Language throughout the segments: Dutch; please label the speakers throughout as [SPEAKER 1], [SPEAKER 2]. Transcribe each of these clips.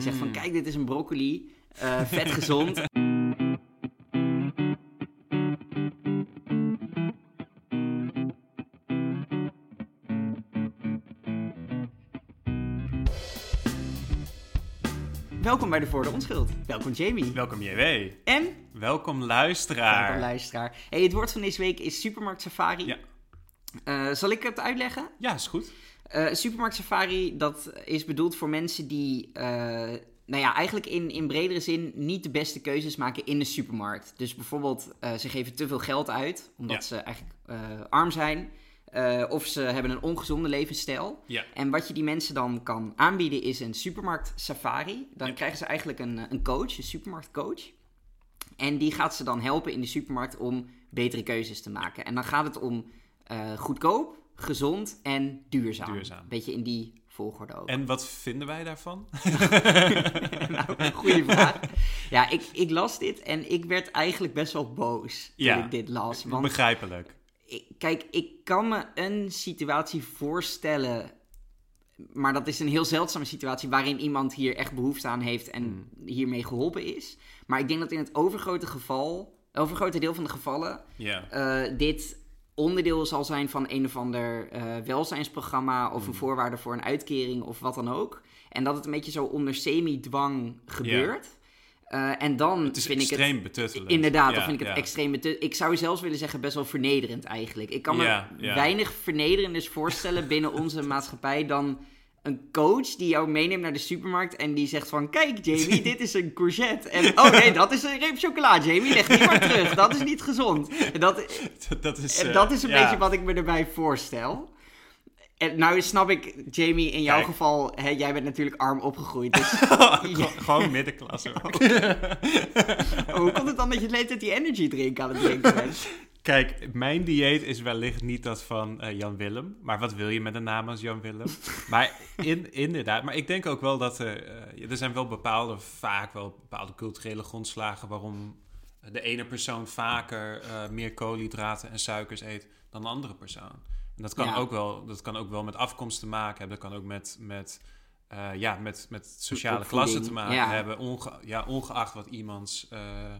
[SPEAKER 1] zegt van kijk, dit is een broccoli, eh, vet gezond. Welkom bij de Voor de Onschuld. Welkom Jamie.
[SPEAKER 2] Welkom JW.
[SPEAKER 1] En
[SPEAKER 2] Welkom luisteraar.
[SPEAKER 1] Welkom luisteraar. Hey, het woord van deze week is supermarkt safari.
[SPEAKER 2] Ja.
[SPEAKER 1] Eh, zal ik het uitleggen?
[SPEAKER 2] Ja, is goed.
[SPEAKER 1] Eh supermarkt safari, dat is bedoeld voor mensen die, eh, nou ja, eigenlijk in, in bredere zin niet de beste keuzes maken in de supermarkt. Dus bijvoorbeeld, eh, ze geven te veel geld uit, omdat
[SPEAKER 2] Ja.
[SPEAKER 1] ze eigenlijk eh, arm zijn. eh, of ze hebben een ongezonde levensstijl.
[SPEAKER 2] Ja.
[SPEAKER 1] En wat je die mensen dan kan aanbieden is een supermarkt safari. Dan
[SPEAKER 2] Ja.
[SPEAKER 1] krijgen ze eigenlijk een, eh, een coach, een supermarktcoach. En die gaat ze dan helpen in de supermarkt om betere keuzes te maken. En dan gaat het om eh, goedkoop, gezond en duurzaam.
[SPEAKER 2] Duurzaam.
[SPEAKER 1] Beetje in die volgorde ook.
[SPEAKER 2] En wat vinden wij daarvan?
[SPEAKER 1] nou, goede vraag. Ja, ik, ik las dit en ik werd eigenlijk best wel boos toen
[SPEAKER 2] Ja.
[SPEAKER 1] ik dit las. Want
[SPEAKER 2] Begrijpelijk.
[SPEAKER 1] ik- kijk, ik kan me een situatie voorstellen, maar dat is een heel zeldzame situatie waarin iemand hier echt behoefte aan heeft en
[SPEAKER 2] Hmm.
[SPEAKER 1] hiermee geholpen is. Maar ik denk dat in het overgrote geval, overgrote deel van de gevallen,
[SPEAKER 2] Ja.
[SPEAKER 1] eh, dit onderdeel zal zijn van een of ander eh, welzijnsprogramma of
[SPEAKER 2] Hmm.
[SPEAKER 1] een voorwaarde voor een uitkering of wat dan ook. En dat het een beetje zo onder semi-dwang gebeurt. Eh, en dan
[SPEAKER 2] Het is
[SPEAKER 1] vind ik het
[SPEAKER 2] extreem betuttelend.
[SPEAKER 1] Inderdaad,
[SPEAKER 2] Ja,
[SPEAKER 1] dan vind ik het
[SPEAKER 2] ja.
[SPEAKER 1] extreem. betu- Ik zou zelfs willen zeggen best wel vernederend eigenlijk. Ik kan me
[SPEAKER 2] Ja, ja.
[SPEAKER 1] weinig vernederenders voorstellen binnen onze maatschappij dan een coach die jou meeneemt naar de supermarkt en die zegt van... Kijk Jamie, dit is een courgette. En oh nee, dat is een reep chocola Jamie, leg die maar terug. Dat is niet gezond. Dat,
[SPEAKER 2] dat is,
[SPEAKER 1] en
[SPEAKER 2] eh,
[SPEAKER 1] dat is een
[SPEAKER 2] ja.
[SPEAKER 1] beetje wat ik me erbij voorstel. En nou snap ik, Jamie, in jouw
[SPEAKER 2] Kijk.
[SPEAKER 1] geval, hè, jij bent natuurlijk arm opgegroeid. Dus
[SPEAKER 2] Gew- Gewoon middenklasse. hoor.
[SPEAKER 1] hoe komt het dan dat je de hele tijd die energy drink aan het drinken bent?
[SPEAKER 2] Kijk, mijn dieet is wellicht niet dat van eh, Jan Willem. Maar wat wil je met een naam als Jan Willem? maar in, inderdaad, maar ik denk ook wel dat er, eh, er zijn wel bepaalde, vaak wel bepaalde culturele grondslagen waarom de ene persoon vaker eh, meer koolhydraten en suikers eet dan de andere persoon. En dat kan,
[SPEAKER 1] Ja.
[SPEAKER 2] ook, wel, dat kan ook wel met afkomst te maken hebben. Dat kan ook met, met, eh, ja, met, met sociale
[SPEAKER 1] Opvoeding,
[SPEAKER 2] klassen te maken
[SPEAKER 1] ja.
[SPEAKER 2] hebben. Onge- ja, ongeacht wat iemands, eh,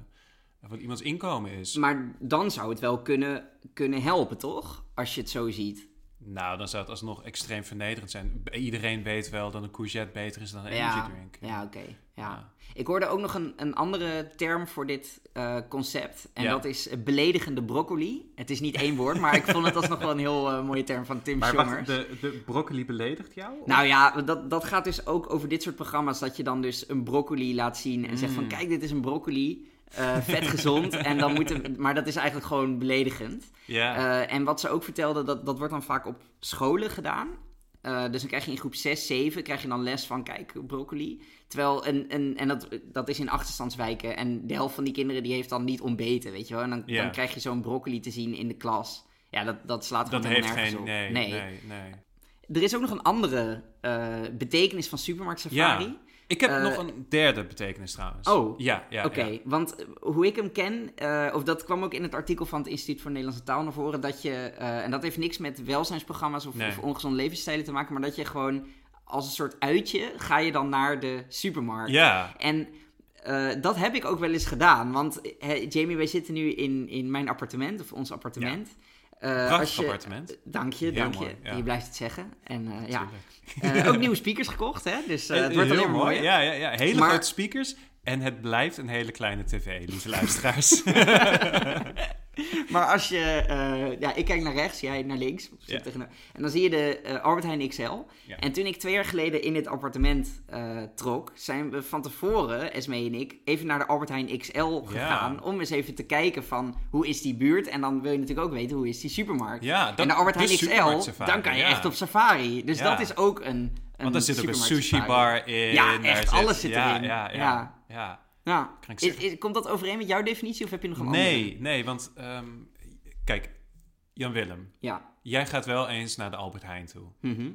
[SPEAKER 2] wat iemands inkomen is.
[SPEAKER 1] Maar dan zou het wel kunnen, kunnen helpen, toch? Als je het zo ziet.
[SPEAKER 2] Nou, dan zou het alsnog extreem vernederend zijn. B- Iedereen weet wel dat een courgette beter is dan een
[SPEAKER 1] ja,
[SPEAKER 2] energy drink.
[SPEAKER 1] ja oké. ja.
[SPEAKER 2] Ja.
[SPEAKER 1] Ik hoorde ook nog een, een andere term voor dit eh, concept. En
[SPEAKER 2] Ja.
[SPEAKER 1] dat is eh, beledigende broccoli. Het is niet één woord, maar ik vond het alsnog wel een heel eh, mooie term van Tim
[SPEAKER 2] Maar
[SPEAKER 1] Schongers.
[SPEAKER 2] wacht, de, de broccoli beledigt jou? Of-
[SPEAKER 1] Nou ja, dat, dat gaat dus ook over dit soort programma's. Dat je dan dus een broccoli laat zien en zegt
[SPEAKER 2] Mm.
[SPEAKER 1] van... Kijk, dit is een broccoli. eh, vet gezond. en dan moeten, maar dat is eigenlijk gewoon beledigend.
[SPEAKER 2] ja.
[SPEAKER 1] Eh, en wat ze ook vertelde, dat, dat wordt dan vaak op scholen gedaan. Eh, dus dan krijg je in groep 6, 7 krijg je dan les van, kijk, broccoli. Terwijl, een, een, en dat, dat is in achterstandswijken. En de helft van die kinderen die heeft dan niet ontbeten, weet je wel. En dan,
[SPEAKER 2] Ja.
[SPEAKER 1] dan krijg je zo'n broccoli te zien in de klas. Ja, dat, dat slaat gewoon
[SPEAKER 2] dat
[SPEAKER 1] helemaal
[SPEAKER 2] heeft
[SPEAKER 1] nergens
[SPEAKER 2] geen...
[SPEAKER 1] op.
[SPEAKER 2] Nee, nee, nee.
[SPEAKER 1] Er is ook nog een andere eh, betekenis van supermarkt safari.
[SPEAKER 2] Ja. Ik heb
[SPEAKER 1] Eh,
[SPEAKER 2] nog een derde betekenis trouwens.
[SPEAKER 1] Oh,
[SPEAKER 2] Ja, ja.
[SPEAKER 1] Oké,
[SPEAKER 2] ja.
[SPEAKER 1] want eh, hoe ik hem ken, eh, of dat kwam ook in het artikel van het Instituut voor Nederlandse Taal naar voren, dat je, eh, en dat heeft niks met welzijnsprogramma's of,
[SPEAKER 2] Nee.
[SPEAKER 1] of ongezonde levensstijlen te maken, maar dat je gewoon als een soort uitje ga je dan naar de supermarkt.
[SPEAKER 2] Ja.
[SPEAKER 1] En eh, dat heb ik ook wel eens gedaan. Want eh, Jamie, wij zitten nu in, in mijn appartement, of ons appartement. Eh,
[SPEAKER 2] Prachtig
[SPEAKER 1] als je-
[SPEAKER 2] appartement.
[SPEAKER 1] Dank je,
[SPEAKER 2] Heel
[SPEAKER 1] dank
[SPEAKER 2] mooi,
[SPEAKER 1] je.
[SPEAKER 2] ja.
[SPEAKER 1] Je blijft het zeggen. En eh, ja,
[SPEAKER 2] Tuurlijk.
[SPEAKER 1] Eh, ook nieuwe speakers gekocht, hè? Dus eh, het
[SPEAKER 2] Eh,
[SPEAKER 1] wordt
[SPEAKER 2] heel
[SPEAKER 1] alleen maar mooier.
[SPEAKER 2] Ja, ja, ja. Hele
[SPEAKER 1] Maar-
[SPEAKER 2] grote speakers. En het blijft een hele kleine tv, lieve luisteraars.
[SPEAKER 1] Maar als je, eh, ja, ik kijk naar rechts, jij naar links. Of zit
[SPEAKER 2] Ja.
[SPEAKER 1] tegenover- En dan zie je de eh, Albert Heijn XL.
[SPEAKER 2] Ja.
[SPEAKER 1] En toen ik twee jaar geleden in dit appartement eh, trok, zijn we van tevoren, Esme en ik, even naar de Albert Heijn XL gegaan. Om eens even te kijken van, hoe is die buurt? En dan wil je natuurlijk ook weten, hoe is die supermarkt?
[SPEAKER 2] Ja, dat-
[SPEAKER 1] en de Albert
[SPEAKER 2] de
[SPEAKER 1] Heijn
[SPEAKER 2] supermarkt
[SPEAKER 1] XL,
[SPEAKER 2] safari,
[SPEAKER 1] dan kan je
[SPEAKER 2] ja.
[SPEAKER 1] echt op safari. Dus
[SPEAKER 2] Ja.
[SPEAKER 1] dat is ook een, een
[SPEAKER 2] Want daar zit ook een
[SPEAKER 1] supermarkt
[SPEAKER 2] sushi
[SPEAKER 1] safari.
[SPEAKER 2] bar in.
[SPEAKER 1] Ja,
[SPEAKER 2] daar
[SPEAKER 1] echt, alles zit erin.
[SPEAKER 2] Ja, ja,
[SPEAKER 1] Ja.
[SPEAKER 2] ja. ja.
[SPEAKER 1] Ja.
[SPEAKER 2] Kan ik
[SPEAKER 1] Is-
[SPEAKER 2] zeggen.
[SPEAKER 1] is- komt dat overeen met jouw definitie of heb je nog een andere?
[SPEAKER 2] Nee, nee, want ehm, kijk, Jan-Willem,
[SPEAKER 1] Ja.
[SPEAKER 2] jij gaat wel eens naar de Albert Heijn toe.
[SPEAKER 1] Mhm.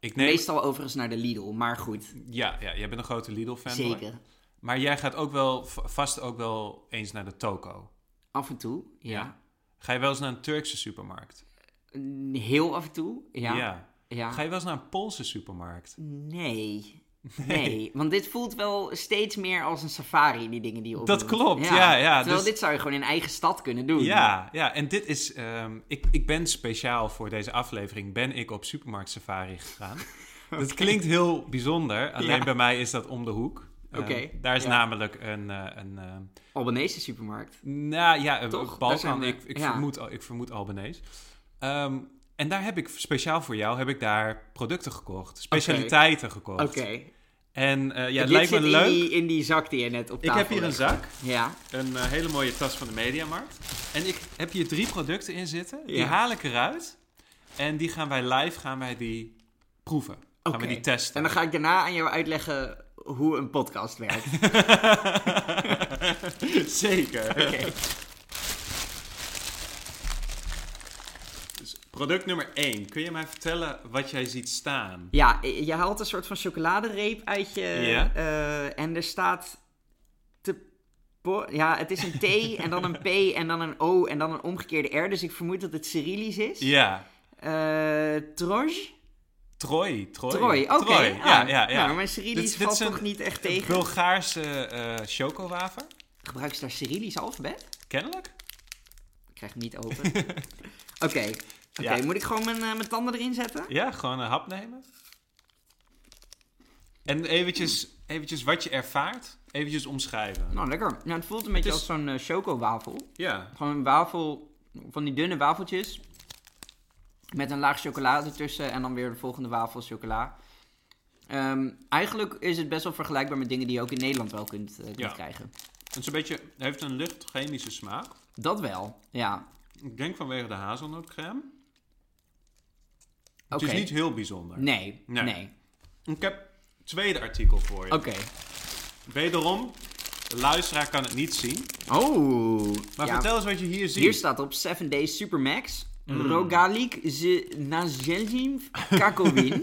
[SPEAKER 2] Ik neem,
[SPEAKER 1] Meestal overigens naar de Lidl, maar goed.
[SPEAKER 2] ja, ja, jij bent een grote Lidl-fan. hoor.
[SPEAKER 1] Zeker.
[SPEAKER 2] Maar jij gaat ook wel, v- vast ook wel eens naar de Toko.
[SPEAKER 1] Af en toe, ja.
[SPEAKER 2] Ga je wel eens naar een Turkse supermarkt?
[SPEAKER 1] Mm, Heel af en toe, ja. ja.
[SPEAKER 2] Ga je wel eens naar een Poolse supermarkt?
[SPEAKER 1] Nee. Nee, want dit voelt wel steeds meer als een safari, die dingen die je
[SPEAKER 2] Dat
[SPEAKER 1] opnoemt.
[SPEAKER 2] klopt, ja, ja,
[SPEAKER 1] Terwijl
[SPEAKER 2] dus-
[SPEAKER 1] dit zou je gewoon in eigen stad kunnen doen.
[SPEAKER 2] Ja, ja, en dit is. ehm, ik, ik ben speciaal voor deze aflevering ben ik op supermarkt safari gegaan. Dat klinkt heel bijzonder. Alleen
[SPEAKER 1] Ja.
[SPEAKER 2] bij mij is dat om de hoek. Ehm,
[SPEAKER 1] Oké,
[SPEAKER 2] daar is
[SPEAKER 1] ja.
[SPEAKER 2] namelijk een, eh, een ehm,
[SPEAKER 1] Albanese supermarkt.
[SPEAKER 2] nou ja, een
[SPEAKER 1] Toch? Daar zijn
[SPEAKER 2] Balkan.
[SPEAKER 1] we-
[SPEAKER 2] Ik, ik,
[SPEAKER 1] ja.
[SPEAKER 2] vermoed, ik vermoed Albanese. Ehm, en daar heb ik speciaal voor jou heb ik daar producten gekocht, specialiteiten gekocht.
[SPEAKER 1] Oké.
[SPEAKER 2] En eh, ja,
[SPEAKER 1] Dit
[SPEAKER 2] het lijkt me
[SPEAKER 1] zit
[SPEAKER 2] leuk.
[SPEAKER 1] In die, in die zak die je net op
[SPEAKER 2] Ik
[SPEAKER 1] tafel
[SPEAKER 2] heb hier een
[SPEAKER 1] legt.
[SPEAKER 2] zak,
[SPEAKER 1] Ja.
[SPEAKER 2] een eh, hele mooie tas van de Mediamarkt. En ik heb hier drie producten in zitten. Die
[SPEAKER 1] Ja.
[SPEAKER 2] haal ik eruit. En die gaan wij live gaan wij die proeven. Gaan
[SPEAKER 1] Oké.
[SPEAKER 2] we die testen.
[SPEAKER 1] En dan ga ik daarna aan jou uitleggen hoe een podcast werkt.
[SPEAKER 2] Zeker.
[SPEAKER 1] Oké.
[SPEAKER 2] Dus product nummer 1. Kun je mij vertellen wat jij ziet staan?
[SPEAKER 1] Ja, je haalt een soort van chocoladereep uit je.
[SPEAKER 2] Ja.
[SPEAKER 1] eh, en er staat. Te po- ja, het is een T en dan een P en dan een O en dan een omgekeerde R. Dus ik vermoed dat het Cyrillisch is.
[SPEAKER 2] Ja.
[SPEAKER 1] Eh, Troj?
[SPEAKER 2] Troy. Troy.
[SPEAKER 1] Troy, oké.
[SPEAKER 2] Troy,
[SPEAKER 1] Ah,
[SPEAKER 2] Ja, ja, ja.
[SPEAKER 1] Nou, maar Cyrillisch
[SPEAKER 2] Dit- dit
[SPEAKER 1] valt
[SPEAKER 2] is een-
[SPEAKER 1] toch niet echt
[SPEAKER 2] Een
[SPEAKER 1] tegen?
[SPEAKER 2] Bulgaarse eh chocowafer.
[SPEAKER 1] Gebruik ze daar Cyrillisch alfabet?
[SPEAKER 2] Kennelijk.
[SPEAKER 1] Ik krijg hem niet open. Oké. Oké,
[SPEAKER 2] Ja.
[SPEAKER 1] moet ik gewoon mijn, eh, mijn tanden erin zetten?
[SPEAKER 2] Ja, gewoon een hap nemen. En eventjes, eventjes wat je ervaart, eventjes omschrijven.
[SPEAKER 1] Nou, lekker. Nou, het voelt een beetje
[SPEAKER 2] is-
[SPEAKER 1] als zo'n eh, chocowafel.
[SPEAKER 2] Ja.
[SPEAKER 1] Gewoon een wafel, van die dunne wafeltjes. Met een laag chocola ertussen en dan weer de volgende wafel chocola. Ehm, eigenlijk is het best wel vergelijkbaar met dingen die je ook in Nederland wel kunt, eh, kunt
[SPEAKER 2] Ja.
[SPEAKER 1] krijgen.
[SPEAKER 2] Het is een beetje, het heeft een licht chemische smaak.
[SPEAKER 1] Dat wel, ja.
[SPEAKER 2] Ik denk vanwege de hazelnootcrème.
[SPEAKER 1] Oké.
[SPEAKER 2] Het is niet heel bijzonder.
[SPEAKER 1] Nee, nee.
[SPEAKER 2] Nee. Ik heb het tweede artikel voor je.
[SPEAKER 1] Oké.
[SPEAKER 2] Wederom, de luisteraar kan het niet zien.
[SPEAKER 1] Oh.
[SPEAKER 2] Maar
[SPEAKER 1] ja.
[SPEAKER 2] vertel eens Mm. wat je hier ziet.
[SPEAKER 1] Hier staat op 7 Days Supermax. Rogalik ze nazeljim kakowin.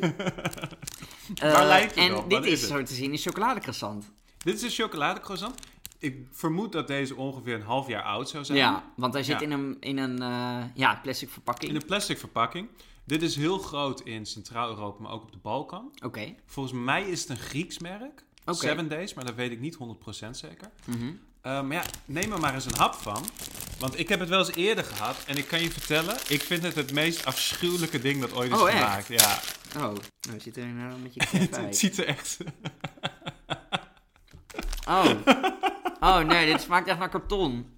[SPEAKER 2] Waar lijkt het
[SPEAKER 1] Eh, En
[SPEAKER 2] op?
[SPEAKER 1] dit
[SPEAKER 2] Wat is
[SPEAKER 1] is,
[SPEAKER 2] het?
[SPEAKER 1] zo te zien in chocoladecroissant.
[SPEAKER 2] Dit is een chocoladecroissant. Ik vermoed dat deze ongeveer een half jaar oud zou zijn.
[SPEAKER 1] Ja, want hij zit
[SPEAKER 2] Ja.
[SPEAKER 1] in een, in een eh, ja, plastic verpakking.
[SPEAKER 2] In een plastic verpakking. Dit is heel groot in Centraal-Europa, maar ook op de Balkan.
[SPEAKER 1] Oké.
[SPEAKER 2] Volgens mij is het een Grieks merk.
[SPEAKER 1] Oké.
[SPEAKER 2] Seven Days, maar dat weet ik niet 100% zeker.
[SPEAKER 1] Mhm.
[SPEAKER 2] Eh, maar ja, neem er maar eens een hap van. Want ik heb het wel eens eerder gehad. En ik kan je vertellen, ik vind het het meest afschuwelijke ding dat ooit is
[SPEAKER 1] Oh, echt?
[SPEAKER 2] gemaakt. Ja,
[SPEAKER 1] Oh, nou het ziet er nou een beetje
[SPEAKER 2] het,
[SPEAKER 1] crap
[SPEAKER 2] het
[SPEAKER 1] uit.
[SPEAKER 2] ziet er echt...
[SPEAKER 1] Oh. oh, nee, dit smaakt echt naar karton.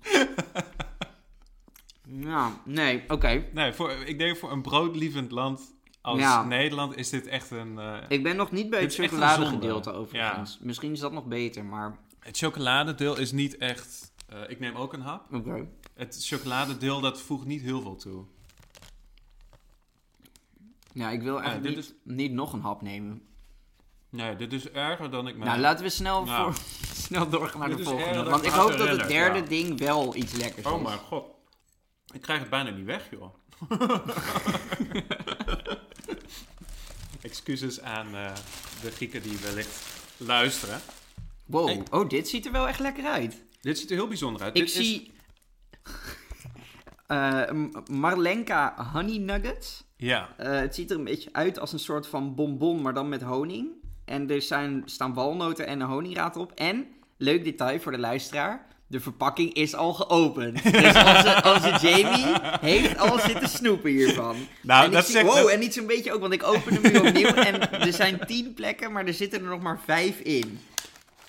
[SPEAKER 1] Ja, nee, oké.
[SPEAKER 2] Nee, voor, ik denk voor een broodlievend land als
[SPEAKER 1] Ja.
[SPEAKER 2] Nederland is dit echt een... eh,
[SPEAKER 1] Ik ben nog niet bij
[SPEAKER 2] Dit
[SPEAKER 1] het
[SPEAKER 2] is echt een
[SPEAKER 1] chocoladegedeelte
[SPEAKER 2] zonde.
[SPEAKER 1] overigens. Misschien is dat nog beter, maar
[SPEAKER 2] het chocoladedeel is niet echt... eh, ik neem ook een hap.
[SPEAKER 1] oké.
[SPEAKER 2] Het chocoladedeel, dat voegt niet heel veel toe.
[SPEAKER 1] Ja, ik wil echt
[SPEAKER 2] dit
[SPEAKER 1] niet, niet nog een hap nemen.
[SPEAKER 2] Nee, dit is erger dan ik me...
[SPEAKER 1] Nou, laten we snel,
[SPEAKER 2] Nou.
[SPEAKER 1] voor, snel doorgaan naar
[SPEAKER 2] Dit
[SPEAKER 1] de
[SPEAKER 2] is
[SPEAKER 1] volgende.
[SPEAKER 2] eerder
[SPEAKER 1] Want ik
[SPEAKER 2] dan
[SPEAKER 1] hoop dat
[SPEAKER 2] Maarten
[SPEAKER 1] het
[SPEAKER 2] Renner,
[SPEAKER 1] derde
[SPEAKER 2] ja.
[SPEAKER 1] ding wel iets lekkers
[SPEAKER 2] Oh
[SPEAKER 1] is.
[SPEAKER 2] mijn god. Ik krijg het bijna niet weg, joh. Excuses aan eh, de Grieken die wellicht luisteren.
[SPEAKER 1] Wow,
[SPEAKER 2] Hey.
[SPEAKER 1] oh, dit ziet er wel echt lekker uit.
[SPEAKER 2] Dit ziet er heel bijzonder uit.
[SPEAKER 1] Ik
[SPEAKER 2] Dit Is,
[SPEAKER 1] zie eh, M- Marlenka Honey Nuggets.
[SPEAKER 2] ja.
[SPEAKER 1] Eh, het ziet er een beetje uit als een soort van bonbon, maar dan met honing. En er zijn, staan walnoten en een honingraad op. En, leuk detail voor de luisteraar, de verpakking is al geopend. Dus onze, onze Jamie heeft al zitten snoepen hiervan.
[SPEAKER 2] Nou,
[SPEAKER 1] en
[SPEAKER 2] dat
[SPEAKER 1] ik zie,
[SPEAKER 2] zegt-
[SPEAKER 1] wow,
[SPEAKER 2] dat-
[SPEAKER 1] en niet zo'n beetje ook, want ik open hem nu opnieuw. en er zijn tien plekken, maar er zitten er nog maar vijf in. ben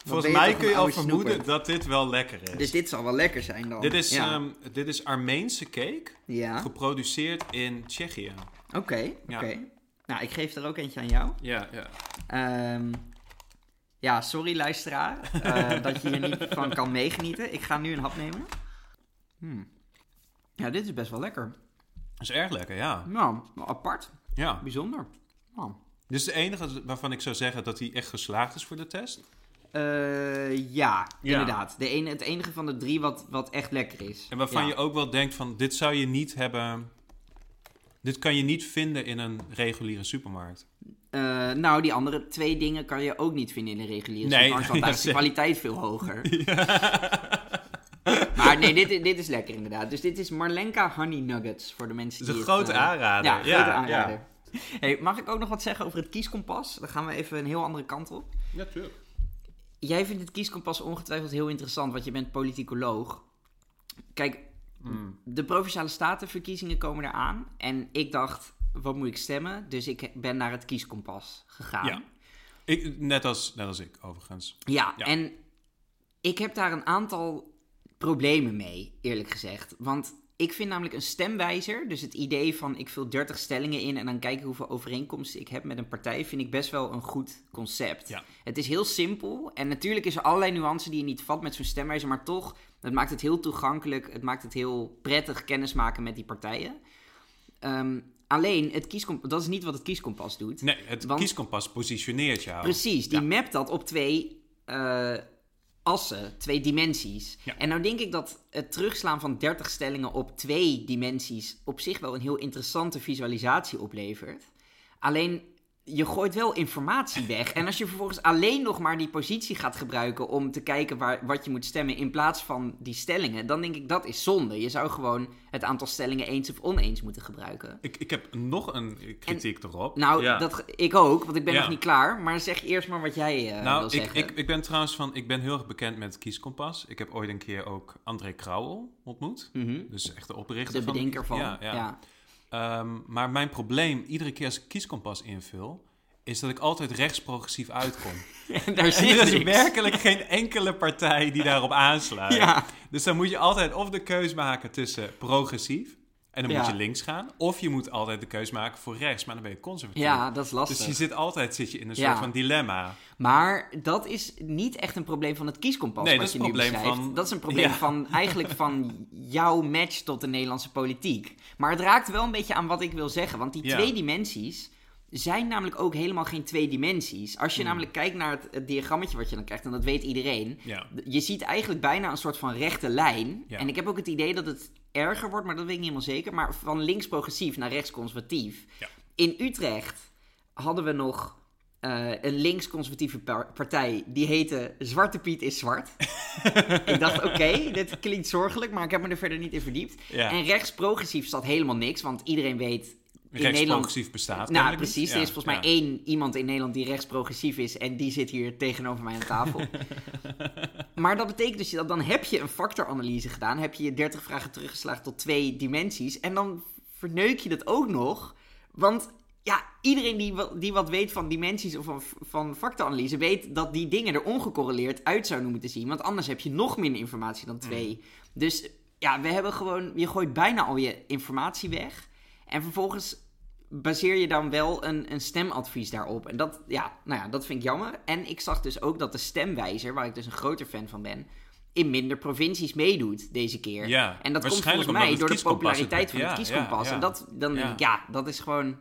[SPEAKER 2] Volgens
[SPEAKER 1] je
[SPEAKER 2] mij
[SPEAKER 1] toch
[SPEAKER 2] kun je
[SPEAKER 1] een
[SPEAKER 2] al
[SPEAKER 1] oude snoeper?
[SPEAKER 2] vermoeden dat dit wel lekker is.
[SPEAKER 1] Dus dit zal wel lekker zijn dan.
[SPEAKER 2] dit, is
[SPEAKER 1] Ja,
[SPEAKER 2] ehm, dit is Armeense cake,
[SPEAKER 1] ja.
[SPEAKER 2] geproduceerd in Tsjechië.
[SPEAKER 1] oké, oké.
[SPEAKER 2] Ja.
[SPEAKER 1] Nou, ik geef er ook eentje aan jou.
[SPEAKER 2] Ja, ja.
[SPEAKER 1] Ehm, ja, sorry luisteraar eh, dat je hier niet van kan meegenieten. Ik ga nu een hap nemen. Hmm. Ja, dit is best wel lekker.
[SPEAKER 2] is erg lekker, ja.
[SPEAKER 1] Nou, apart.
[SPEAKER 2] ja.
[SPEAKER 1] Bijzonder. Nou,
[SPEAKER 2] Dit is de enige waarvan ik zou zeggen dat hij echt geslaagd is voor de test.
[SPEAKER 1] eh, ja,
[SPEAKER 2] Ja.
[SPEAKER 1] inderdaad. De ene, het enige van de drie wat, wat echt lekker is.
[SPEAKER 2] En waarvan
[SPEAKER 1] Ja.
[SPEAKER 2] je ook wel denkt van, dit zou je niet hebben... Dit kan je niet vinden in een reguliere supermarkt.
[SPEAKER 1] Eh, nou, die andere twee dingen kan je ook niet vinden in de reguliere
[SPEAKER 2] Nee,
[SPEAKER 1] supermarkt, want daar
[SPEAKER 2] ja,
[SPEAKER 1] is de
[SPEAKER 2] zeker.
[SPEAKER 1] kwaliteit veel hoger. Maar nee, dit, dit is lekker inderdaad. Dus dit is Marlenka Honey Nuggets voor de mensen
[SPEAKER 2] Het
[SPEAKER 1] die
[SPEAKER 2] is een
[SPEAKER 1] het,
[SPEAKER 2] grote
[SPEAKER 1] eh,
[SPEAKER 2] aanrader.
[SPEAKER 1] Ja, grote aanrader. Hey, mag ik ook nog wat zeggen over het kieskompas? Dan gaan we even een heel andere kant op.
[SPEAKER 2] Natuurlijk.
[SPEAKER 1] Jij vindt het kieskompas ongetwijfeld heel interessant, want je bent politicoloog. Kijk, de provinciale statenverkiezingen komen eraan. En ik dacht, wat moet ik stemmen? Dus ik ben naar het kieskompas gegaan.
[SPEAKER 2] Ja. Ik, net, als, net als ik, overigens.
[SPEAKER 1] Ja,
[SPEAKER 2] Ja.
[SPEAKER 1] en ik heb daar een aantal problemen mee, eerlijk gezegd. Want ik vind namelijk een stemwijzer, dus het idee van ik vul 30 stellingen in en dan kijk ik hoeveel overeenkomsten ik heb met een partij, vind ik best wel een goed concept.
[SPEAKER 2] Ja.
[SPEAKER 1] Het is heel simpel en natuurlijk is er allerlei nuance die je niet vat met zo'n stemwijzer, maar toch, het maakt het heel toegankelijk, het maakt het heel prettig kennismaken met die partijen. Ehm, alleen, het kieskomp- dat is niet wat het kieskompas doet.
[SPEAKER 2] Nee, het
[SPEAKER 1] Want-
[SPEAKER 2] kieskompas positioneert jou.
[SPEAKER 1] Precies, die mapt dat op twee eh, assen, twee dimensies.
[SPEAKER 2] Ja.
[SPEAKER 1] En nou denk ik dat het terugslaan van 30 stellingen op twee dimensies op zich wel een heel interessante visualisatie oplevert. Alleen je gooit wel informatie weg. En als je vervolgens alleen nog maar die positie gaat gebruiken om te kijken waar, wat je moet stemmen in plaats van die stellingen, dan denk ik dat is zonde. Je zou gewoon het aantal stellingen eens of oneens moeten gebruiken.
[SPEAKER 2] Ik, ik heb nog een kritiek erop.
[SPEAKER 1] Nou,
[SPEAKER 2] Ja.
[SPEAKER 1] dat, ik ook, want ik ben
[SPEAKER 2] Ja.
[SPEAKER 1] nog niet klaar. Maar zeg eerst maar wat jij eh, wil
[SPEAKER 2] Nou, ik,
[SPEAKER 1] zeggen.
[SPEAKER 2] ik, ik ben trouwens van, ik ben heel erg bekend met Kieskompas. Ik heb ooit een keer ook André Krauwel ontmoet.
[SPEAKER 1] Mhm.
[SPEAKER 2] Dus echt de oprichter
[SPEAKER 1] De
[SPEAKER 2] van...
[SPEAKER 1] bedenker van.
[SPEAKER 2] Ja, ja. Ehm, maar mijn probleem, iedere keer als ik Kieskompas invul, is dat ik altijd rechtsprogressief uitkom.
[SPEAKER 1] En daar
[SPEAKER 2] en
[SPEAKER 1] zit
[SPEAKER 2] er is
[SPEAKER 1] niks.
[SPEAKER 2] werkelijk geen enkele partij die daarop aansluit.
[SPEAKER 1] Ja.
[SPEAKER 2] Dus dan moet je altijd of de keus maken tussen progressief, en dan moet
[SPEAKER 1] Ja.
[SPEAKER 2] je links gaan, of je moet altijd de keus maken voor rechts, maar dan ben je conservatief.
[SPEAKER 1] ja, dat is lastig.
[SPEAKER 2] Dus je zit altijd zit je in een
[SPEAKER 1] Ja.
[SPEAKER 2] soort van dilemma.
[SPEAKER 1] Maar dat is niet echt een probleem van het kieskompas
[SPEAKER 2] Nee,
[SPEAKER 1] wat
[SPEAKER 2] dat
[SPEAKER 1] je
[SPEAKER 2] is een
[SPEAKER 1] nu
[SPEAKER 2] probleem
[SPEAKER 1] beschrijft.
[SPEAKER 2] van-
[SPEAKER 1] Dat is een probleem
[SPEAKER 2] Ja.
[SPEAKER 1] van eigenlijk van jouw match tot de Nederlandse politiek. Maar het raakt wel een beetje aan wat ik wil zeggen. Want die
[SPEAKER 2] Ja.
[SPEAKER 1] twee dimensies zijn namelijk ook helemaal geen twee dimensies. Als je
[SPEAKER 2] Hmm.
[SPEAKER 1] namelijk kijkt naar het, het diagrammetje wat je dan krijgt, en dat weet iedereen.
[SPEAKER 2] Ja.
[SPEAKER 1] Je ziet eigenlijk bijna een soort van rechte lijn.
[SPEAKER 2] Ja.
[SPEAKER 1] En ik heb ook het idee dat het erger wordt, maar dat weet ik niet helemaal zeker. Maar van links progressief naar rechts conservatief.
[SPEAKER 2] Ja.
[SPEAKER 1] In Utrecht hadden we nog eh, een links-conservatieve par- partij. Die heette Zwarte Piet is Zwart. ik dacht, oké, dit klinkt zorgelijk, maar ik heb me er verder niet in verdiept.
[SPEAKER 2] Ja.
[SPEAKER 1] En rechts-progressief zat helemaal niks, want iedereen weet... In Nederland
[SPEAKER 2] Rechtsprogressief bestaat.
[SPEAKER 1] nou,
[SPEAKER 2] kennelijk niet.
[SPEAKER 1] precies.
[SPEAKER 2] Ja,
[SPEAKER 1] Er is volgens
[SPEAKER 2] ja.
[SPEAKER 1] mij één iemand in Nederland die rechtsprogressief is. En die zit hier tegenover mij aan tafel. maar dat betekent dus dat dan heb je een factoranalyse gedaan. Heb je je 30 vragen teruggeslagen tot twee dimensies. En dan verneuk je dat ook nog. Want ja, iedereen die, wa- die wat weet van dimensies of van, van factoranalyse. weet dat die dingen er ongecorreleerd uit zouden moeten zien. Want anders heb je nog minder informatie
[SPEAKER 2] Mm.
[SPEAKER 1] dan twee. Dus ja, we hebben gewoon. Je gooit bijna al je informatie weg. En vervolgens baseer je dan wel een, een stemadvies daarop. En dat, ja, nou ja, dat vind ik jammer. En ik zag dus ook dat de stemwijzer, waar ik dus een groter fan van ben, in minder provincies meedoet deze keer.
[SPEAKER 2] Ja,
[SPEAKER 1] en dat komt
[SPEAKER 2] waarschijnlijk
[SPEAKER 1] volgens mij
[SPEAKER 2] omdat het
[SPEAKER 1] door de
[SPEAKER 2] kieskompas
[SPEAKER 1] populariteit
[SPEAKER 2] het-
[SPEAKER 1] van
[SPEAKER 2] ja,
[SPEAKER 1] het kieskompas.
[SPEAKER 2] ja, ja.
[SPEAKER 1] En dat, dan denk
[SPEAKER 2] Ja.
[SPEAKER 1] ik, ja, dat is gewoon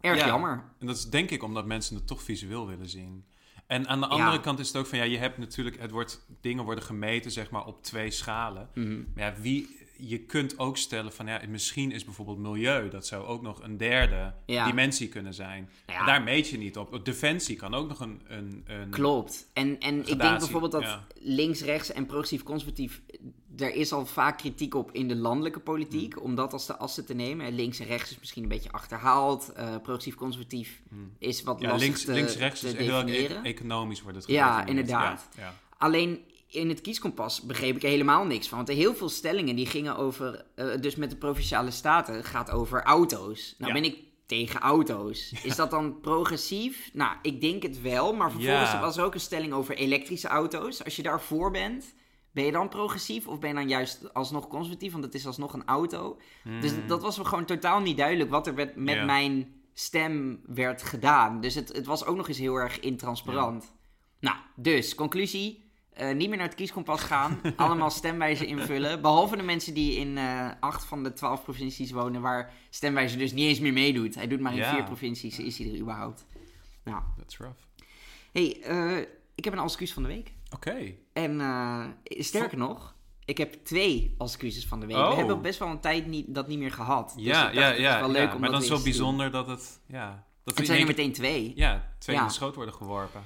[SPEAKER 1] erg
[SPEAKER 2] Ja.
[SPEAKER 1] jammer.
[SPEAKER 2] En dat is denk ik omdat mensen het toch visueel willen zien. En aan de andere
[SPEAKER 1] Ja.
[SPEAKER 2] kant is het ook van ja, je hebt natuurlijk, het wordt, dingen worden gemeten zeg maar op twee schalen.
[SPEAKER 1] Mhm.
[SPEAKER 2] Maar ja, wie, je kunt ook stellen van ja, misschien is bijvoorbeeld milieu, dat zou ook nog een derde
[SPEAKER 1] Ja.
[SPEAKER 2] dimensie kunnen zijn.
[SPEAKER 1] Ja.
[SPEAKER 2] En daar meet je niet op. Defensie kan ook nog een. een, een
[SPEAKER 1] Klopt. En, en ik denk
[SPEAKER 2] Gradatie,
[SPEAKER 1] bijvoorbeeld dat
[SPEAKER 2] ja.
[SPEAKER 1] links, rechts en progressief, conservatief. Er is al vaak kritiek op in de landelijke politiek.
[SPEAKER 2] Mm.
[SPEAKER 1] Om dat als de assen te nemen. En Links en rechts is misschien een beetje achterhaald. eh, progressief, conservatief is wat
[SPEAKER 2] Mm. ja,
[SPEAKER 1] lastig
[SPEAKER 2] links,
[SPEAKER 1] te,
[SPEAKER 2] links, rechts
[SPEAKER 1] te
[SPEAKER 2] is heel erg e-
[SPEAKER 1] definiëren.
[SPEAKER 2] economisch wordt het
[SPEAKER 1] Ja,
[SPEAKER 2] gedefinieerd.
[SPEAKER 1] inderdaad.
[SPEAKER 2] Ja, ja.
[SPEAKER 1] Alleen in het kieskompas begreep ik er helemaal niks van. Want er heel veel stellingen die gingen over. eh, dus met de provinciale staten gaat over auto's. Nou
[SPEAKER 2] Ja.
[SPEAKER 1] ben ik tegen auto's. Is dat dan progressief? Nou, ik denk het wel. Maar vervolgens
[SPEAKER 2] Ja.
[SPEAKER 1] was er ook een stelling over elektrische auto's. Als je daarvoor bent. Ben je dan progressief of ben je dan juist alsnog conservatief? Want het is alsnog een auto. Dus dat was me gewoon totaal niet duidelijk wat er werd, met
[SPEAKER 2] Hmm. Ja.
[SPEAKER 1] mijn stem werd gedaan. Dus het, het was ook nog eens heel erg intransparant. Nou, dus, conclusie. eh, niet meer naar het kieskompas gaan. allemaal stemwijzen invullen. Behalve de mensen die in eh, acht van de twaalf provincies wonen... waar stemwijze dus niet eens meer meedoet. Hij doet maar in
[SPEAKER 2] Ja.
[SPEAKER 1] vier provincies, is hij er überhaupt. Nou,
[SPEAKER 2] That's rough.
[SPEAKER 1] hey, eh, ik heb een als excuus van de week.
[SPEAKER 2] Oké.
[SPEAKER 1] En eh, sterker nog, ik heb twee als excuses van de week. We
[SPEAKER 2] Oh.
[SPEAKER 1] hebben best wel een tijd niet, dat niet meer gehad. Dus
[SPEAKER 2] Ja,
[SPEAKER 1] ik dacht,
[SPEAKER 2] ja,
[SPEAKER 1] het is
[SPEAKER 2] ja.
[SPEAKER 1] wel leuk
[SPEAKER 2] ja.
[SPEAKER 1] om dat
[SPEAKER 2] Maar dan
[SPEAKER 1] weer
[SPEAKER 2] zo
[SPEAKER 1] eens te doen.
[SPEAKER 2] bijzonder dat het. Ja, dat
[SPEAKER 1] En het
[SPEAKER 2] in
[SPEAKER 1] zijn er
[SPEAKER 2] één keer-
[SPEAKER 1] meteen twee.
[SPEAKER 2] Ja, twee
[SPEAKER 1] Ja.
[SPEAKER 2] in de schoot worden geworpen.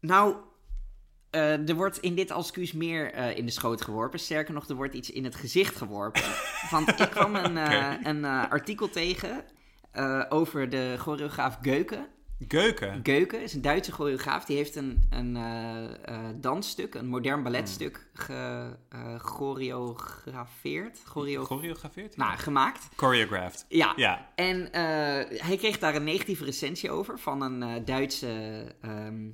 [SPEAKER 1] Nou, eh, er wordt in dit excuus meer eh, in de schoot geworpen. Sterker nog, er wordt iets in het gezicht geworpen. Want ik kwam een, eh,
[SPEAKER 2] Oké.
[SPEAKER 1] een eh, artikel tegen eh, over de choreograaf Geuken.
[SPEAKER 2] Geuken.
[SPEAKER 1] Geuken is een Duitse choreograaf. Die heeft een, een eh, eh, dansstuk, een modern balletstuk, ge, eh, choreografeerd. Choreo
[SPEAKER 2] Choreografeerd?
[SPEAKER 1] nou, gemaakt.
[SPEAKER 2] Choreographed.
[SPEAKER 1] Ja.
[SPEAKER 2] Ja.
[SPEAKER 1] En eh, hij kreeg daar een negatieve recensie over van een eh, Duitse ehm,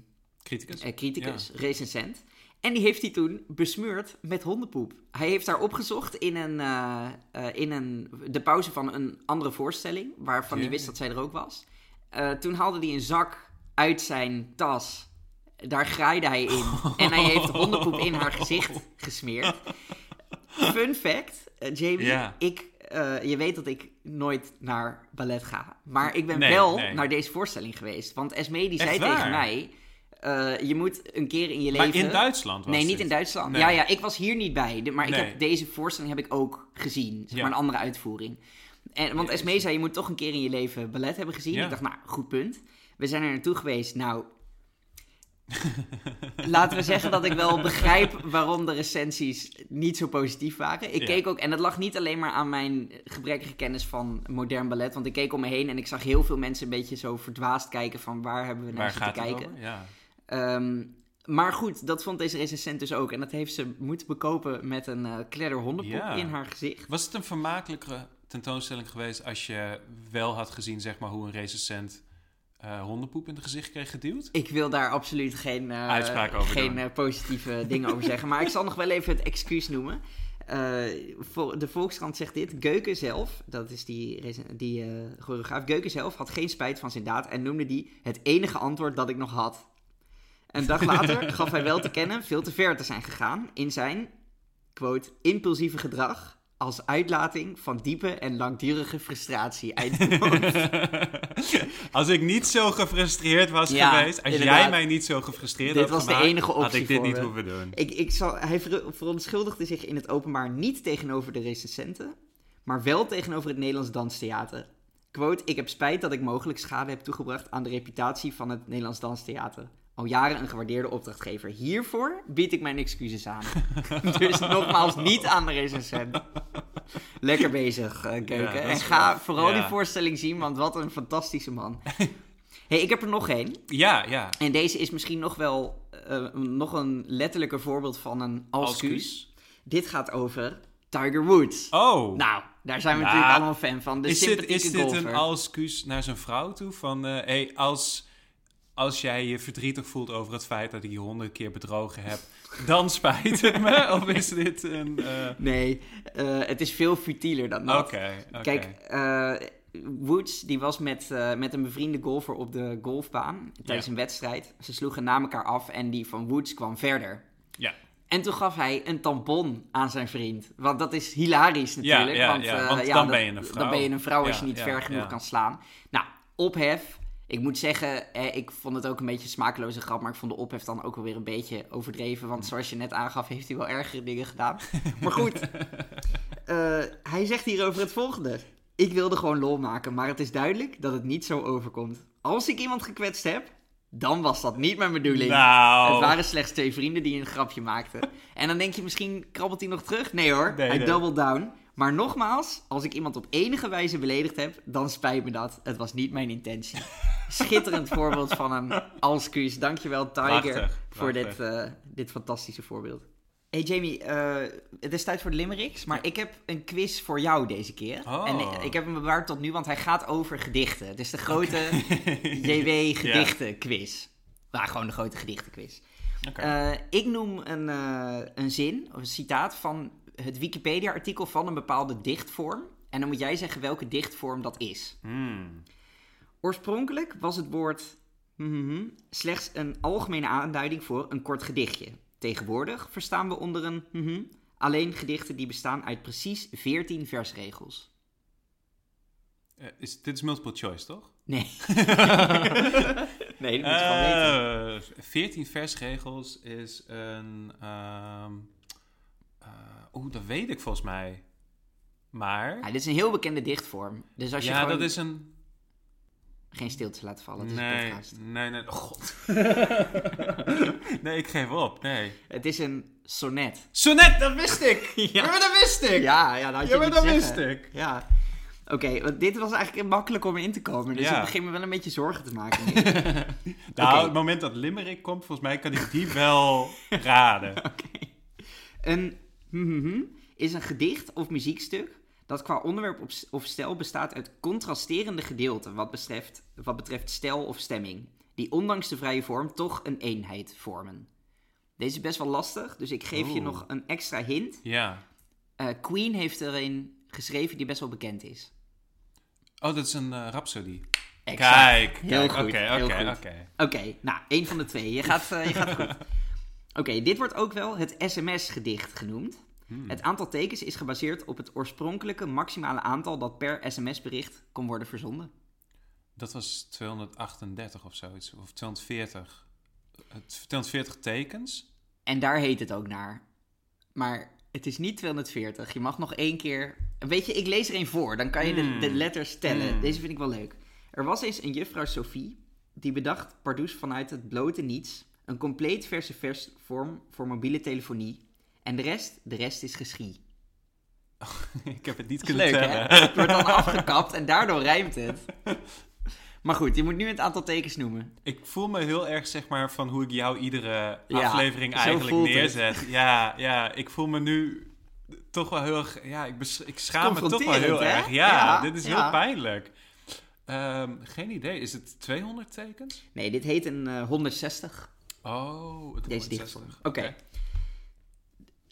[SPEAKER 2] Criticus.
[SPEAKER 1] eh, criticus, recensent. En die heeft hij toen besmeurd met hondenpoep. Hij heeft daar opgezocht in, een, eh, eh, in een, de pauze van een andere voorstelling, waarvan hij
[SPEAKER 2] Jee.
[SPEAKER 1] wist dat zij er ook was. Eh, toen haalde hij een zak uit zijn tas. Daar graaide hij in. En hij heeft hondenpoep in haar gezicht gesmeerd. Fun fact, eh, Jamie,
[SPEAKER 2] Ja.
[SPEAKER 1] ik, eh, je weet dat ik nooit naar ballet ga. Maar ik ben
[SPEAKER 2] Nee,
[SPEAKER 1] wel
[SPEAKER 2] nee.
[SPEAKER 1] naar deze voorstelling geweest. Want Esme die
[SPEAKER 2] Echt
[SPEAKER 1] zei tegen
[SPEAKER 2] waar?
[SPEAKER 1] mij, eh, je moet een keer in je
[SPEAKER 2] Maar
[SPEAKER 1] leven...
[SPEAKER 2] in Duitsland was
[SPEAKER 1] Nee, niet
[SPEAKER 2] dit.
[SPEAKER 1] in Duitsland.
[SPEAKER 2] Nee.
[SPEAKER 1] Ja, ja, ik was hier niet bij. De- maar ik
[SPEAKER 2] Nee.
[SPEAKER 1] heb, deze voorstelling heb ik ook gezien. Zeg
[SPEAKER 2] Ja.
[SPEAKER 1] maar een andere uitvoering. En, want Esme zei, je moet toch een keer in je leven ballet hebben gezien.
[SPEAKER 2] Ja.
[SPEAKER 1] Ik dacht, nou, goed punt. We zijn er naartoe geweest. Nou, laten we zeggen dat ik wel begrijp waarom de recensies niet zo positief waren. Ik
[SPEAKER 2] Ja.
[SPEAKER 1] keek ook, en dat lag niet alleen maar aan mijn gebrekkige kennis van modern ballet. Want ik keek om me heen en ik zag heel veel mensen een beetje zo verdwaasd kijken van waar hebben we naar
[SPEAKER 2] Waar
[SPEAKER 1] zitten
[SPEAKER 2] gaat het
[SPEAKER 1] kijken.
[SPEAKER 2] over? Ja.
[SPEAKER 1] Ehm, maar goed, dat vond deze recensent dus ook. En dat heeft ze moeten bekopen met een eh kledder hondenpop
[SPEAKER 2] Ja.
[SPEAKER 1] in haar gezicht.
[SPEAKER 2] Was het een vermakelijkere tentoonstelling geweest als je wel had gezien zeg maar, hoe een recensent eh, hondenpoep in het gezicht kreeg geduwd?
[SPEAKER 1] Ik wil daar absoluut geen, eh,
[SPEAKER 2] Uitspraak over
[SPEAKER 1] geen
[SPEAKER 2] doen.
[SPEAKER 1] eh, positieve dingen over zeggen. Maar ik zal nog wel even het excuus noemen. Eh, vol- de Volkskrant zegt dit. Geuken zelf, dat is die, rec- die eh, choreograaf, Geuken zelf had geen spijt van zijn daad en noemde die het enige antwoord dat ik nog had. Een dag later gaf hij wel te kennen veel te ver te zijn gegaan in zijn, quote, impulsieve gedrag als uitlating van diepe en langdurige frustratie. Eind quote.
[SPEAKER 2] Als ik niet zo gefrustreerd was
[SPEAKER 1] Ja,
[SPEAKER 2] geweest, als
[SPEAKER 1] inderdaad.
[SPEAKER 2] jij mij niet zo gefrustreerd
[SPEAKER 1] Dit
[SPEAKER 2] had
[SPEAKER 1] was de
[SPEAKER 2] gemaakt,
[SPEAKER 1] enige
[SPEAKER 2] had
[SPEAKER 1] optie
[SPEAKER 2] ik dit
[SPEAKER 1] voor
[SPEAKER 2] niet
[SPEAKER 1] me.
[SPEAKER 2] hoeven doen.
[SPEAKER 1] Ik, ik zal, hij ver- verontschuldigde zich in het openbaar niet tegenover de recensenten, maar wel tegenover het Nederlands Danstheater. Quote, ik heb spijt dat ik mogelijk schade heb toegebracht aan de reputatie van het Nederlands Danstheater. Al jaren een gewaardeerde opdrachtgever. Hiervoor bied ik mijn excuses aan. dus nogmaals, niet aan de recensent. Lekker bezig, eh,
[SPEAKER 2] Ja,
[SPEAKER 1] Keuken.
[SPEAKER 2] dat
[SPEAKER 1] en
[SPEAKER 2] is
[SPEAKER 1] ga
[SPEAKER 2] wel-
[SPEAKER 1] vooral
[SPEAKER 2] ja.
[SPEAKER 1] die voorstelling zien, want wat een fantastische man. hey, ik heb er nog één.
[SPEAKER 2] Ja, ja.
[SPEAKER 1] En deze is misschien nog wel eh, nog een letterlijker voorbeeld van een alscuus.
[SPEAKER 2] Alscuus.
[SPEAKER 1] Dit gaat over Tiger Woods.
[SPEAKER 2] Oh,
[SPEAKER 1] Nou, daar zijn we
[SPEAKER 2] Nou,
[SPEAKER 1] natuurlijk allemaal fan van. De
[SPEAKER 2] is, dit,
[SPEAKER 1] sympathieke
[SPEAKER 2] is dit een
[SPEAKER 1] golfer.
[SPEAKER 2] alscuus naar zijn vrouw toe? Van, eh, hey, als, als jij je verdrietig voelt over het feit dat ik je honderd keer bedrogen heb, dan spijt het me? Of is dit een... eh,
[SPEAKER 1] Nee, eh, het is veel futieler dan
[SPEAKER 2] Oké,
[SPEAKER 1] dat.
[SPEAKER 2] oké.
[SPEAKER 1] Nou, Kijk, eh, Woods die was met, eh, met een bevriende golfer op de golfbaan tijdens
[SPEAKER 2] Ja.
[SPEAKER 1] een wedstrijd. Ze sloegen na elkaar af en die van Woods kwam verder.
[SPEAKER 2] Ja,
[SPEAKER 1] En toen gaf hij een tampon aan zijn vriend. Want dat is hilarisch natuurlijk.
[SPEAKER 2] ja,
[SPEAKER 1] want,
[SPEAKER 2] ja,
[SPEAKER 1] eh,
[SPEAKER 2] want
[SPEAKER 1] ja,
[SPEAKER 2] dan
[SPEAKER 1] dat-
[SPEAKER 2] ben je een vrouw.
[SPEAKER 1] Dan ben je een vrouw als
[SPEAKER 2] Ja,
[SPEAKER 1] je niet
[SPEAKER 2] ja,
[SPEAKER 1] ver genoeg
[SPEAKER 2] ja.
[SPEAKER 1] kan slaan. Nou, ophef. Ik moet zeggen, eh, ik vond het ook een beetje een smakeloze grap. Maar ik vond de ophef dan ook wel weer een beetje overdreven.
[SPEAKER 2] Mm.
[SPEAKER 1] Want zoals je net aangaf, heeft hij wel ergere dingen gedaan. Maar goed, eh, hij zegt hierover het volgende. Ik wilde gewoon lol maken, maar het is duidelijk dat het niet zo overkomt. Als ik iemand gekwetst heb, dan was dat niet mijn bedoeling.
[SPEAKER 2] Nou.
[SPEAKER 1] Het waren slechts twee vrienden die een grapje maakten. En dan denk je misschien krabbelt hij nog terug. Nee hoor,
[SPEAKER 2] Nee,
[SPEAKER 1] hij
[SPEAKER 2] nee.
[SPEAKER 1] double down. Maar nogmaals, als ik iemand op enige wijze beledigd heb, dan spijt me dat. Het was niet mijn intentie. Schitterend voorbeeld van een alscuus. Dankjewel Tiger
[SPEAKER 2] Prachtig,
[SPEAKER 1] voor
[SPEAKER 2] prachtig.
[SPEAKER 1] Dit, eh, dit fantastische voorbeeld. Hey Jamie, eh, het is tijd voor de limericks, maar ik heb een quiz voor jou deze keer.
[SPEAKER 2] Oh.
[SPEAKER 1] En eh, ik heb hem bewaard tot nu, want hij gaat over gedichten. Het is de grote JW gedichtenquiz. Nou, gewoon de grote gedichtenquiz.
[SPEAKER 2] Oké.
[SPEAKER 1] Eh, ik noem een, eh, een zin of een citaat van het Wikipedia-artikel van een bepaalde dichtvorm. En dan moet jij zeggen welke dichtvorm dat is.
[SPEAKER 2] Hmm.
[SPEAKER 1] Oorspronkelijk was het woord mhm, slechts een algemene aanduiding voor een kort gedichtje. Tegenwoordig verstaan we onder een mhm, alleen gedichten die bestaan uit precies 14 versregels.
[SPEAKER 2] Eh, is, dit is multiple choice, toch?
[SPEAKER 1] Nee. nee, dat moet je gewoon weten.
[SPEAKER 2] Eh, 14 versregels is een. ehm eh, Oeh, dat weet ik volgens mij. Maar.
[SPEAKER 1] Ja, dit is een heel bekende dichtvorm. Dus als je
[SPEAKER 2] Ja,
[SPEAKER 1] gewoon
[SPEAKER 2] dat is een.
[SPEAKER 1] geen stilte laat vallen, het is een
[SPEAKER 2] Nee,
[SPEAKER 1] podcast.
[SPEAKER 2] nee, nee. oh, God. nee, ik geef op. Nee.
[SPEAKER 1] Het is een sonnet.
[SPEAKER 2] Sonnet, dat wist ik!
[SPEAKER 1] Ja.
[SPEAKER 2] Ja, maar dat wist ik!
[SPEAKER 1] Ja, ja, dat had je
[SPEAKER 2] Ja, maar
[SPEAKER 1] niet
[SPEAKER 2] dat
[SPEAKER 1] zeggen.
[SPEAKER 2] wist ik.
[SPEAKER 1] Ja. Oké, want dit was eigenlijk makkelijk om in te komen. Dus
[SPEAKER 2] Ja.
[SPEAKER 1] ik begin me wel een beetje zorgen te maken.
[SPEAKER 2] Nou,
[SPEAKER 1] Oké.
[SPEAKER 2] het moment dat Limerick komt, volgens mij kan ik die wel raden.
[SPEAKER 1] Een mhm is een gedicht of muziekstuk dat qua onderwerp op- of stijl bestaat uit contrasterende gedeelten wat betreft, wat betreft stijl of stemming, die ondanks de vrije vorm toch een eenheid vormen. Deze is best wel lastig, dus ik geef je
[SPEAKER 2] Oeh.
[SPEAKER 1] nog een extra hint.
[SPEAKER 2] Ja.
[SPEAKER 1] Eh, Queen heeft er een geschreven die best wel bekend is.
[SPEAKER 2] Oh, dat is een eh, Rhapsody.
[SPEAKER 1] Exact.
[SPEAKER 2] Kijk,
[SPEAKER 1] Heel
[SPEAKER 2] kijk,
[SPEAKER 1] goed,
[SPEAKER 2] Oké,
[SPEAKER 1] heel
[SPEAKER 2] oké,
[SPEAKER 1] goed.
[SPEAKER 2] oké.
[SPEAKER 1] Oké, nou, één van de twee. Je gaat, eh, je gaat goed. Oké, dit wordt ook wel het sms-gedicht genoemd. Het aantal tekens is gebaseerd op het oorspronkelijke maximale aantal dat per sms-bericht kon worden verzonden.
[SPEAKER 2] Dat was 238 of zoiets, of 240. Het- 240 tekens?
[SPEAKER 1] En daar heet het ook naar. Maar het is niet 240. Je mag nog één keer. Weet je, ik lees er één voor. Dan kan je de, de letters tellen. Deze vind ik wel leuk. Er was eens een juffrouw Sophie. Die bedacht Pardoes vanuit het blote niets. Een compleet verse vers vorm voor mobiele telefonie. En de rest, de rest is geschie.
[SPEAKER 2] ik heb het niet
[SPEAKER 1] Dat is
[SPEAKER 2] kunnen
[SPEAKER 1] leuk, hè?
[SPEAKER 2] tellen.
[SPEAKER 1] Het wordt dan afgekapt en daardoor rijmt het. Maar goed, je moet nu het aantal tekens noemen.
[SPEAKER 2] Ik voel me heel erg, zeg maar, van hoe ik jou iedere
[SPEAKER 1] Ja,
[SPEAKER 2] aflevering
[SPEAKER 1] zo
[SPEAKER 2] eigenlijk
[SPEAKER 1] voelt het.
[SPEAKER 2] neerzet. Ja, ja, ik voel me nu toch wel heel erg... Ja, ik, bes- ik schaam me toch wel heel
[SPEAKER 1] Confronterend, hè?
[SPEAKER 2] erg. Ja,
[SPEAKER 1] Ja,
[SPEAKER 2] dit is
[SPEAKER 1] ja.
[SPEAKER 2] heel pijnlijk. Ehm, geen idee, is het 200 tekens?
[SPEAKER 1] Nee, dit heet een eh, 160.
[SPEAKER 2] Oh, het
[SPEAKER 1] Deze
[SPEAKER 2] 160.
[SPEAKER 1] dichtvorm. Oké.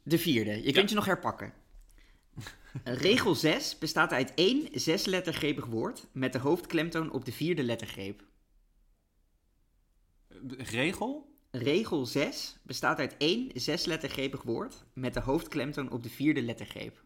[SPEAKER 1] De vierde. Je kunt je nog herpakken. Regel 6 bestaat uit één zeslettergrepig woord met de hoofdklemtoon op de vierde lettergreep.
[SPEAKER 2] Regel?
[SPEAKER 1] Regel 6 bestaat uit één zeslettergrepig woord met de hoofdklemtoon op de vierde lettergreep.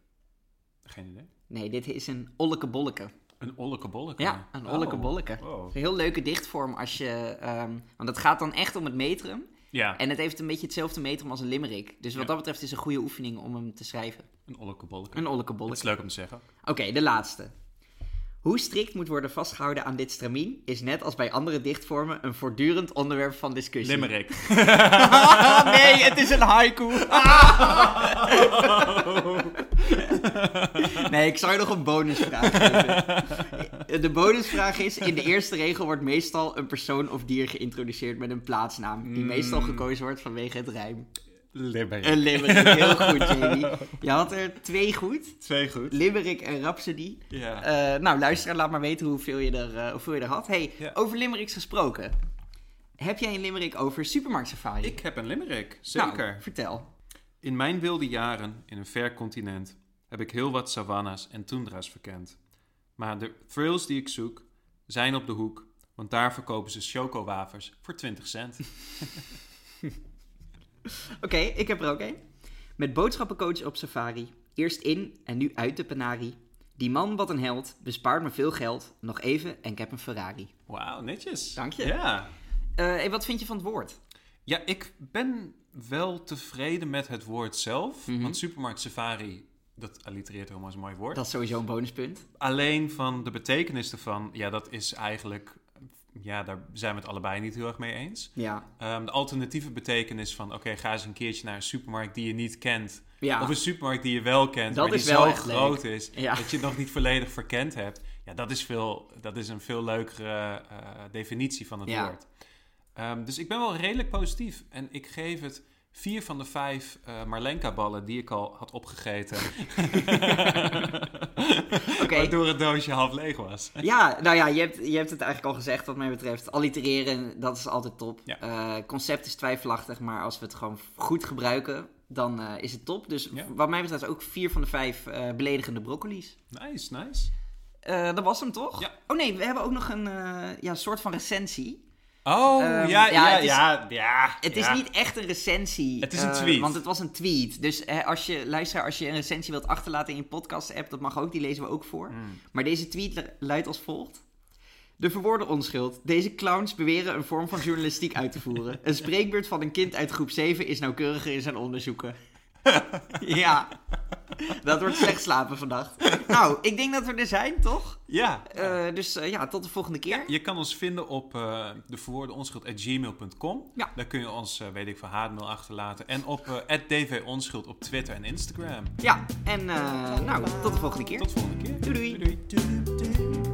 [SPEAKER 2] Geen idee.
[SPEAKER 1] Nee, dit is een ollekebolleke.
[SPEAKER 2] Een ollekebolleke.
[SPEAKER 1] Ja, een
[SPEAKER 2] Oh.
[SPEAKER 1] ollekebolleke.
[SPEAKER 2] Oh.
[SPEAKER 1] Een heel leuke dichtvorm als je... ehm, want het gaat dan echt om het metrum.
[SPEAKER 2] Ja,
[SPEAKER 1] En het heeft een beetje hetzelfde metrum als een limerick. Dus wat
[SPEAKER 2] Ja.
[SPEAKER 1] dat betreft is het een goede oefening om hem te schrijven.
[SPEAKER 2] een ollekebolleke.
[SPEAKER 1] Een
[SPEAKER 2] Dat is
[SPEAKER 1] ollekebolleke.
[SPEAKER 2] leuk om te zeggen.
[SPEAKER 1] Oké, de laatste. Hoe strikt moet worden vastgehouden aan dit stramien is net als bij andere dichtvormen een voortdurend onderwerp van discussie.
[SPEAKER 2] Limerick.
[SPEAKER 1] Ah, nee, het is een haiku. Ah. Nee, ik zou je nog een bonusvraag geven. De bonusvraag is, in de eerste regel wordt meestal een persoon of dier geïntroduceerd met een plaatsnaam, die meestal gekozen wordt vanwege het rijm.
[SPEAKER 2] Limerick.
[SPEAKER 1] Een limerick, heel goed Jamie. Je had er twee goed,
[SPEAKER 2] Twee goed.
[SPEAKER 1] limerick en rhapsody.
[SPEAKER 2] Ja.
[SPEAKER 1] Eh, nou, luisteraar, laat maar weten hoeveel je er, eh, hoeveel je er had. Hey,
[SPEAKER 2] Ja.
[SPEAKER 1] over limericks gesproken. Heb jij een limerick over Supermarkt Safari?
[SPEAKER 2] ik heb een limerick,
[SPEAKER 1] Nou,
[SPEAKER 2] zeker.
[SPEAKER 1] vertel.
[SPEAKER 2] In mijn wilde jaren in een ver continent heb ik heel wat savannas en tundra's verkend. Maar de thrills die ik zoek zijn op de hoek, want daar verkopen ze chocowafers voor 20 cent.
[SPEAKER 1] Oké, ik heb er ook één. Met boodschappencoach op safari. Eerst in en nu uit de penarie. Die man, wat een held, bespaart me veel geld. Nog even en ik heb een Ferrari.
[SPEAKER 2] Wauw, netjes.
[SPEAKER 1] Dank je.
[SPEAKER 2] Ja.
[SPEAKER 1] Eh, hey, wat vind je van het woord?
[SPEAKER 2] ja, ik ben wel tevreden met het woord zelf,
[SPEAKER 1] Mhm.
[SPEAKER 2] want supermarkt safari, dat allitereert helemaal als een mooi woord.
[SPEAKER 1] Dat is sowieso een bonuspunt.
[SPEAKER 2] Alleen van de betekenis ervan, ja, dat is eigenlijk, ja, daar zijn we het allebei niet heel erg mee eens.
[SPEAKER 1] Ja.
[SPEAKER 2] Ehm, de alternatieve betekenis van, oké, ga eens een keertje naar een supermarkt die je niet kent.
[SPEAKER 1] Ja.
[SPEAKER 2] Of een supermarkt die je wel kent,
[SPEAKER 1] Dat
[SPEAKER 2] maar
[SPEAKER 1] is
[SPEAKER 2] die
[SPEAKER 1] wel
[SPEAKER 2] zo
[SPEAKER 1] echt leuk.
[SPEAKER 2] groot is
[SPEAKER 1] Ja.
[SPEAKER 2] dat je het nog niet volledig verkend hebt. Ja, dat is, veel, dat is een veel leukere eh, definitie van het
[SPEAKER 1] Ja.
[SPEAKER 2] woord. Ehm, dus ik ben wel redelijk positief. En ik geef het vier van de vijf eh Marlenka-ballen die ik al had opgegeten.
[SPEAKER 1] Oké.
[SPEAKER 2] Waardoor het doosje half leeg was.
[SPEAKER 1] Ja, nou ja, je hebt, je hebt het eigenlijk al gezegd wat mij betreft. Allitereren, dat is altijd top.
[SPEAKER 2] Ja.
[SPEAKER 1] Eh, concept is twijfelachtig, maar als we het gewoon goed gebruiken, dan eh, is het top. Dus
[SPEAKER 2] Ja.
[SPEAKER 1] wat mij betreft ook vier van de vijf eh, beledigende broccoli's.
[SPEAKER 2] Nice, nice.
[SPEAKER 1] Eh, dat was hem toch?
[SPEAKER 2] Ja.
[SPEAKER 1] Oh nee, we hebben ook nog een eh, ja, soort van recensie.
[SPEAKER 2] Oh,
[SPEAKER 1] Ehm,
[SPEAKER 2] ja,
[SPEAKER 1] ja,
[SPEAKER 2] ja,
[SPEAKER 1] het is-
[SPEAKER 2] ja, ja.
[SPEAKER 1] Het
[SPEAKER 2] ja.
[SPEAKER 1] is niet echt een recensie.
[SPEAKER 2] Het is een
[SPEAKER 1] eh,
[SPEAKER 2] tweet.
[SPEAKER 1] want het was een tweet. Dus eh, als je, luisteraar, als je een recensie wilt achterlaten in je podcast-app, dat mag ook, die lezen we ook voor.
[SPEAKER 2] Hmm.
[SPEAKER 1] Maar deze tweet lu- luidt als volgt. De verwoorde onschuld. Deze clowns beweren een vorm van journalistiek uit te voeren. Een spreekbeurt van een kind uit groep 7 is nauwkeuriger in zijn onderzoeken. ja. Dat wordt slecht slapen vannacht. Nou, ik denk dat we er zijn, toch?
[SPEAKER 2] Ja.
[SPEAKER 1] Eh, dus eh, ja, tot de volgende keer.
[SPEAKER 2] Je kan ons vinden op eh de verwoorde onschuld gmail.com.
[SPEAKER 1] Ja.
[SPEAKER 2] Daar kun je ons, eh, weet ik veel, haatmail achterlaten. En op eh dvonschuld op Twitter en Instagram.
[SPEAKER 1] Ja, en eh, nou, tot de volgende keer.
[SPEAKER 2] Tot volgende keer.
[SPEAKER 1] Doei, doei.
[SPEAKER 2] doei. doei.